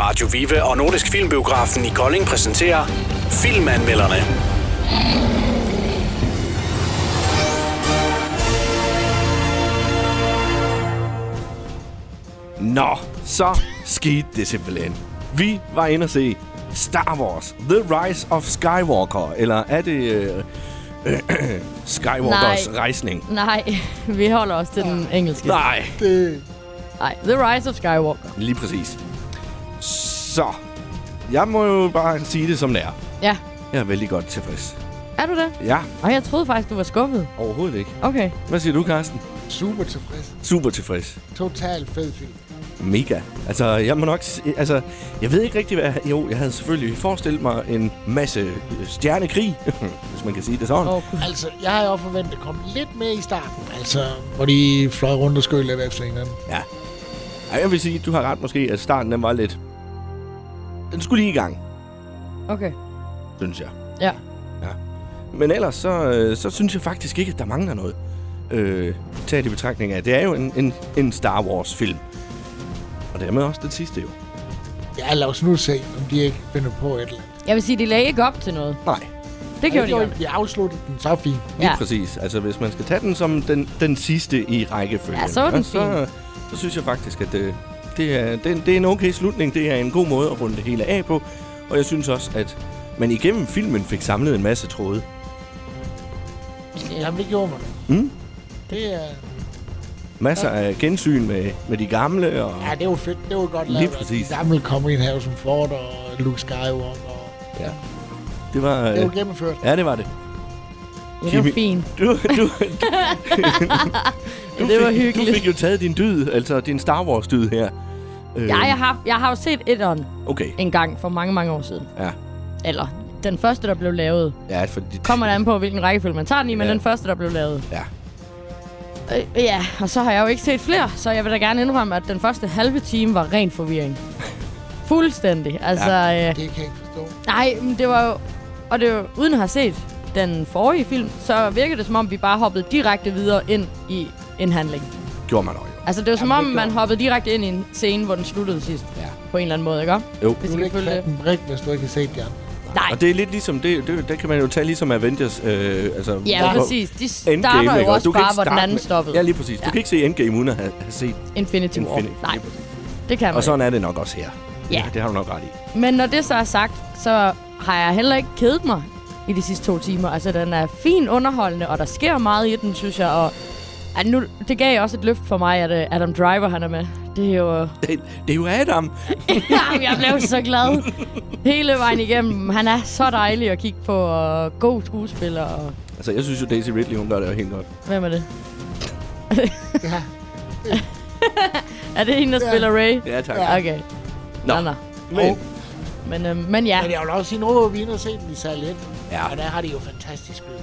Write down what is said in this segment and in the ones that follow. Radio Vive og Nordisk Filmbiografen i Kolding præsenterer Filmanmelderne. Nå, så skete det simpelthen. Vi var inde og se Star Wars The Rise of Skywalker. Eller er det øh, øh, Skywalkers Nej. rejsning? Nej, vi holder os til den engelske. Nej, Øh, Nej, The Rise of Skywalker. lige præcis. Så, jeg må jo bare sige det som det er. Ja. Jeg er vældig godt tilfreds. Er du det? Ja, Og jeg troede faktisk, du var skuffet. overhovedet ikke. Okay. Hvad siger du, Karsten? Super tilfreds. Super tilfreds. Total fed film. Mega. Altså, jeg må nok... s- Altså, jeg ved ikke rigtig, hvad... Jo, jeg havde selvfølgelig forestillet mig en masse øh, stjernekrig, hvis man kan sige det sådan. Åh, gud. Altså, jeg havde jo forventet at komme lidt med i starten. Altså, hvor de fløj rundt og skød lidt efter hinanden. Ja. Ej, jeg vil sige, du har ret måske, at starten den var lidt... Den skulle lige i gang, Okay. synes jeg. Ja. Men ellers, så, øh, så synes jeg faktisk ikke, at der mangler noget. Øh, tag i betragtning af, at det er jo en, en, en Star Wars-film. Og dermed også den sidste jo. Ja, lad os nu se, om de ikke finder på et eller andet. Jeg vil sige, de lagde ikke op til noget. Nej, Det kan jo Og de gjorde godt. de afsluttede den så fint. Lige Ja. ja. præcis. Altså, hvis man skal tage den som den, den sidste i rækkefølgen, Ja, så er den så, så synes jeg faktisk, at det, det, er, det, det er en okay slutning. Det er en god måde at runde det hele af på. Og jeg synes også, at man igennem filmen fik samlet en masse tråde. Jamen, det gjorde man. Mm. Det øh, er... Masser af gensyn med, med de gamle. Og, Ja, det var fedt. Det var godt Lige lavet. præcis. De gamle Comrade Harrison Ford og Luke Skywalker. Og... ja. Det var... Det Øh, var gennemført. ja, det var det. Ja, det var Kimi- fint. Du, du, du, det var fik, hyggeligt. du fik jo taget din dyd, altså din Star Wars-dyd her. Øh, Ja, jeg har, jeg har jo set etteren Okay, en gang for mange, mange år siden. ja. Eller den første, der blev lavet. ja fordi, Kommer det an på, hvilken rækkefølge man tager den i, men Ja. den første, der blev lavet. Ja, Øh, ja, og så har jeg jo ikke set flere, så jeg vil da gerne indrømme, at den første halve time var ren forvirring. Fuldstændig. Altså, ja. øh, Det kan jeg ikke forstå. nej, men det var jo... Og det var jo, uden at have set den forrige film, så virkede det som om, vi bare hoppede direkte videre ind i en handling. gjorde man også jo. Altså, det var som Jamen, om, det man gjorde- hoppede direkte ind i en scene, hvor den sluttede sidst. Ja. På en eller anden måde, ikke? Jo. Hvis Du vi vil kan ikke følge fatte det. en brik, hvis du ikke har set de andre. Nej, Og det er lidt ligesom det, det, det kan man jo tage ligesom Avengers, øh, altså... ja, hvor- præcis. De Endgame, starter ikke? jo Og også kan bare, ikke hvor starte den anden med- stoppede. Ja, lige præcis. Du Ja. kan ikke se Endgame uden at have, have set Infinity War. Infinity. Nej, det kan man Og ikke. sådan er det nok også her. Ja. Det har du nok ret i. Men når det så er sagt, så har jeg heller ikke kedet mig i de sidste to timer. Altså, den er fin underholdende, og der sker meget i den, synes jeg. Og at nu, det gav også et løft for mig, at øh, Adam Driver han er med. Det er jo... Det, det er jo Adam. Jamen, jeg blev så glad hele vejen igennem. Han er så dejlig at kigge på, og god skuespiller. Og... Altså, jeg synes jo, Daisy Ridley, hun gør det jo helt godt. Hvem er det? Ja. Er det en, der spiller Ray? Ja, tak. Ja. Okay. Nå, Nå, nå. Men, Og- Men, øh, men ja, Men jeg vil også sige, nu var vi inde og set den i sal 1, ja, og der har de jo fantastisk lyd.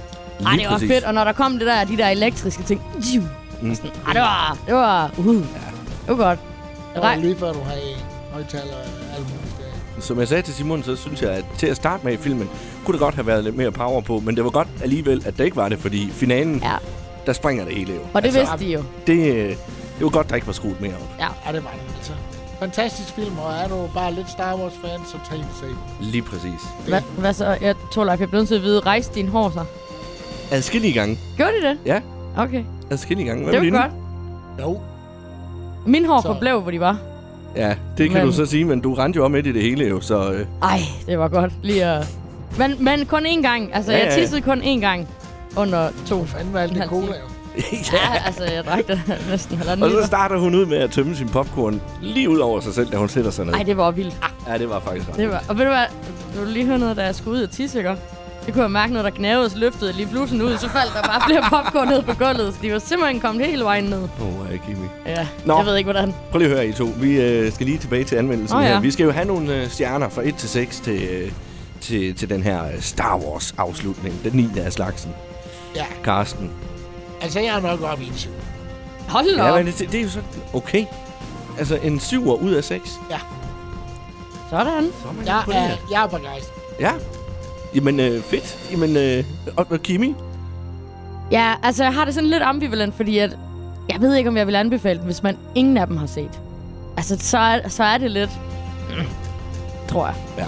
Ej, lige det var præcis. fedt. Og når der kom det der, de der elektriske ting. Mm. Ej, det var... Det var... Uh, det var godt. Der var lige før, du har i højtaler og alt muligt. der. Som jeg sagde til Simon, så synes jeg, at til at starte med i filmen, kunne der godt have været lidt mere power på, men det var godt alligevel, at det ikke var det, fordi finalen, Ja. der springer det hele jo. Og det vidste de jo. Altså, Det, øh, det var godt, der ikke var skruet mere op. Ja, det var det, altså. Fantastisk film, og er du bare lidt Star Wars-fan, så tag en se. den. Lige præcis. Hvad, hvad så? Jeg tror, Leif, jeg blev nødt til at vide, rejste din hår så. Adskillige gange. Gjorde de det? Ja, Okay, adskillige gange. Hvad det med dine? var godt. Jo, Min hår Så- forblev, hvor de var. Ja, det kan Men- men... du så sige, men du rendte jo om midt i det hele jo, så... Øh, Ej, det var godt lige at... Men, men kun én gang. Altså, Ja, jeg ja, ja. tissede kun én gang under to. hvor fanden var alt det Han cola siger- jo? Ja, altså, jeg drak det næsten halvanden Og så liter. starter hun ud med at tømme sin popcorn lige ud over sig selv, da hun sætter sig ned. Ej, det var vildt. Ja, det var faktisk ret. Det var, og ved du hvad, vil du lige høre noget, da jeg skulle ud og tisse, ikke? Det kunne jeg mærke, når der gnavede, så løftede jeg lige blusen ud, så faldt der bare flere popcorn ned på gulvet. Så de var simpelthen kommet hele vejen ned. Åh, oh, Kimi. Ja, Nå. jeg ved ikke, hvordan. Prøv lige at høre, I to. Vi øh, skal lige tilbage til anmeldelsen Åh, oh, ja. ja. her. Vi skal jo have nogle øh, stjerner fra 1 til 6 til, øh, til, til den her øh, Star Wars-afslutning. Den 9. af slagsen. Ja, Karsten. altså jeg er nok oppe i en syv. Hold da Ja, op. men det, det er jo så... Okay. Altså, en 7'er ud af 6. Ja, Sådan. Så er man jeg ja, på det. er, her. jeg er begejstret. Ja. Jamen, øh, fedt. Jamen, øh, og, og Kimi? Ja, altså jeg har det sådan lidt ambivalent, fordi at jeg ved ikke, om jeg vil anbefale den, hvis man ingen af dem har set. Altså, så er, så er det lidt... Mm. tror jeg. Ja.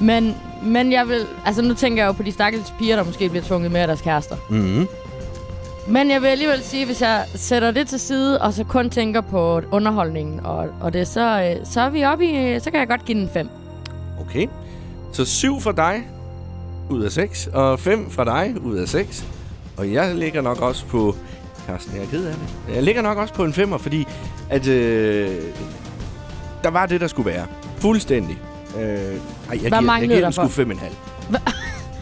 Men, men jeg vil... Altså, nu tænker jeg jo på de stakkels piger, der måske bliver tvunget med af deres kærester. Mm-hmm. Men jeg vil alligevel sige, hvis jeg sætter det til side, og så kun tænker på underholdningen og, og det, så, øh, så er vi oppe i... øh, Så kan jeg godt give den 5. Okay. Så syv for dig ud af 6, og 5 fra dig ud af 6. Og jeg ligger nok også på... Karsten, jeg er ked af det. Jeg ligger nok også på en femmer, fordi at, øh, der var det, der skulle være. Fuldstændig. Øh, ej, jeg giver, jeg manglede giver der den sgu for? fem og en halv. Sådan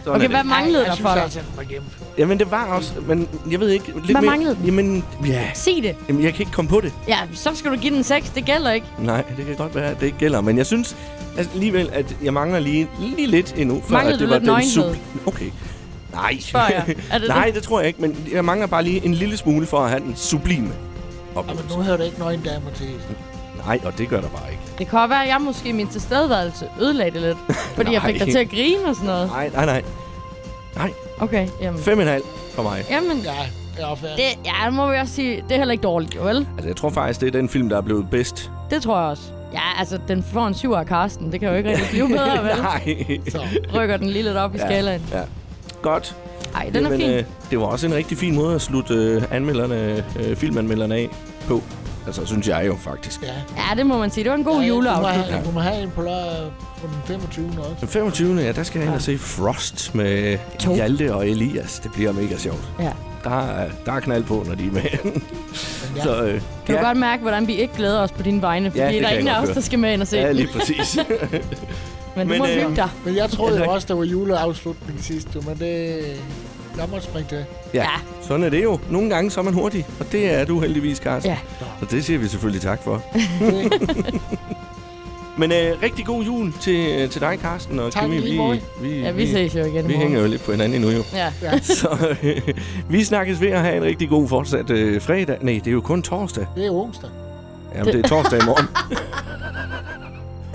er Okay, det. hvad manglede der Ej, jeg for synes dig? altså, den var gennemført. Jamen, det var også... Men jeg ved ikke... Lidt Hvad manglede den? Jamen, ja. Sig det. Jamen, jeg kan ikke komme på det. Ja, så skal du give den 6. Det gælder ikke. Nej, det kan godt være, at det ikke gælder. Men jeg synes altså, alligevel, at jeg mangler lige, lige lidt endnu, før Manglede at det du var lidt den nøgenhed? sub- Okay. Nej. Spørger jeg. Er det Nej, det tror jeg ikke. Men jeg mangler bare lige en lille smule for at have den sublime Jamen, oplevelse. nu havde du ikke nøgen damer til. Nej, og det gør der bare ikke. Det kan også være, at jeg måske i min tilstedeværelse ødelagde det lidt. Fordi jeg fik dig Nej. til at grine og sådan noget. Nej, nej, nej. Nej, Okay, jamen. fem og en halv for mig. Jamen, Ja, det er opfærdigt. det, ja, det må vi også sige, det er heller ikke dårligt, jo vel? Altså, jeg tror faktisk, det er den film, der er blevet bedst. Det tror jeg også. Ja, altså, den får en 7 af Karsten. Det kan jo ikke rigtig blive bedre, vel? nej. Så. Rykker den lige lidt op i skalaen. Ja. Godt. Ej, den er Jamen, fin. Øh, det var også en rigtig fin måde at slutte øh, anmelderne, øh, filmanmelderne af på. Altså, synes jeg jo faktisk. Ja. Ja, det må man sige. Det var en god Ja, juleaften. Du må have, du må have en på, lørdag på den 25. også. Den 25. ja, der skal jeg ind og se Frost med To. Hjalte og Elias. Det bliver mega sjovt. Ja. Der er, der er knald på, når de er med. ja. Så, øh, Kan du godt mærke, hvordan vi ikke glæder os på dine vegne? Fordi det ja, der kan er jeg ingen af godt os, høre. der skal med ind og se. ja, Ja, lige præcis. men du Men, må øh, hygge dig. Men jeg troede Altså, jo også, der var juleafslutning sidst, jo, men det... Jeg måtte springe til. ja, Ja. sådan er det jo. Nogle gange så er man hurtig, og det er du heldigvis, Carsten. Ja. Og det siger vi selvfølgelig tak for. Men øh, rigtig god jul til, øh, til dig, Carsten. Og Tak, Kimi, lige vi, måde. vi, Ja, vi ses jo igen i Vi morgen. hænger jo lidt på hinanden endnu, jo. Ja. Så øh, vi snakkes ved at have en rigtig god fortsat øh, fredag. Nej, det er jo kun torsdag. Det er jo onsdag. Jamen, det er torsdag i morgen.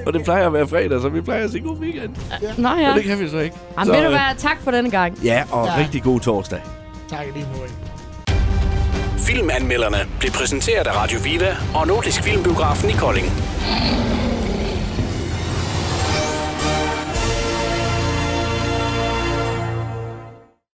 Og det plejer at være fredag, så vi plejer at sige god weekend. Nå ja. Ja. Og det kan vi så ikke. Jamen, så, ved du øh, hvad? Tak for denne gang. Ja, og Ja. rigtig god torsdag. Tak i lige måde. Filmanmelderne blev præsenteret af Radio Vive og Nordisk Filmbiografen i Kolding.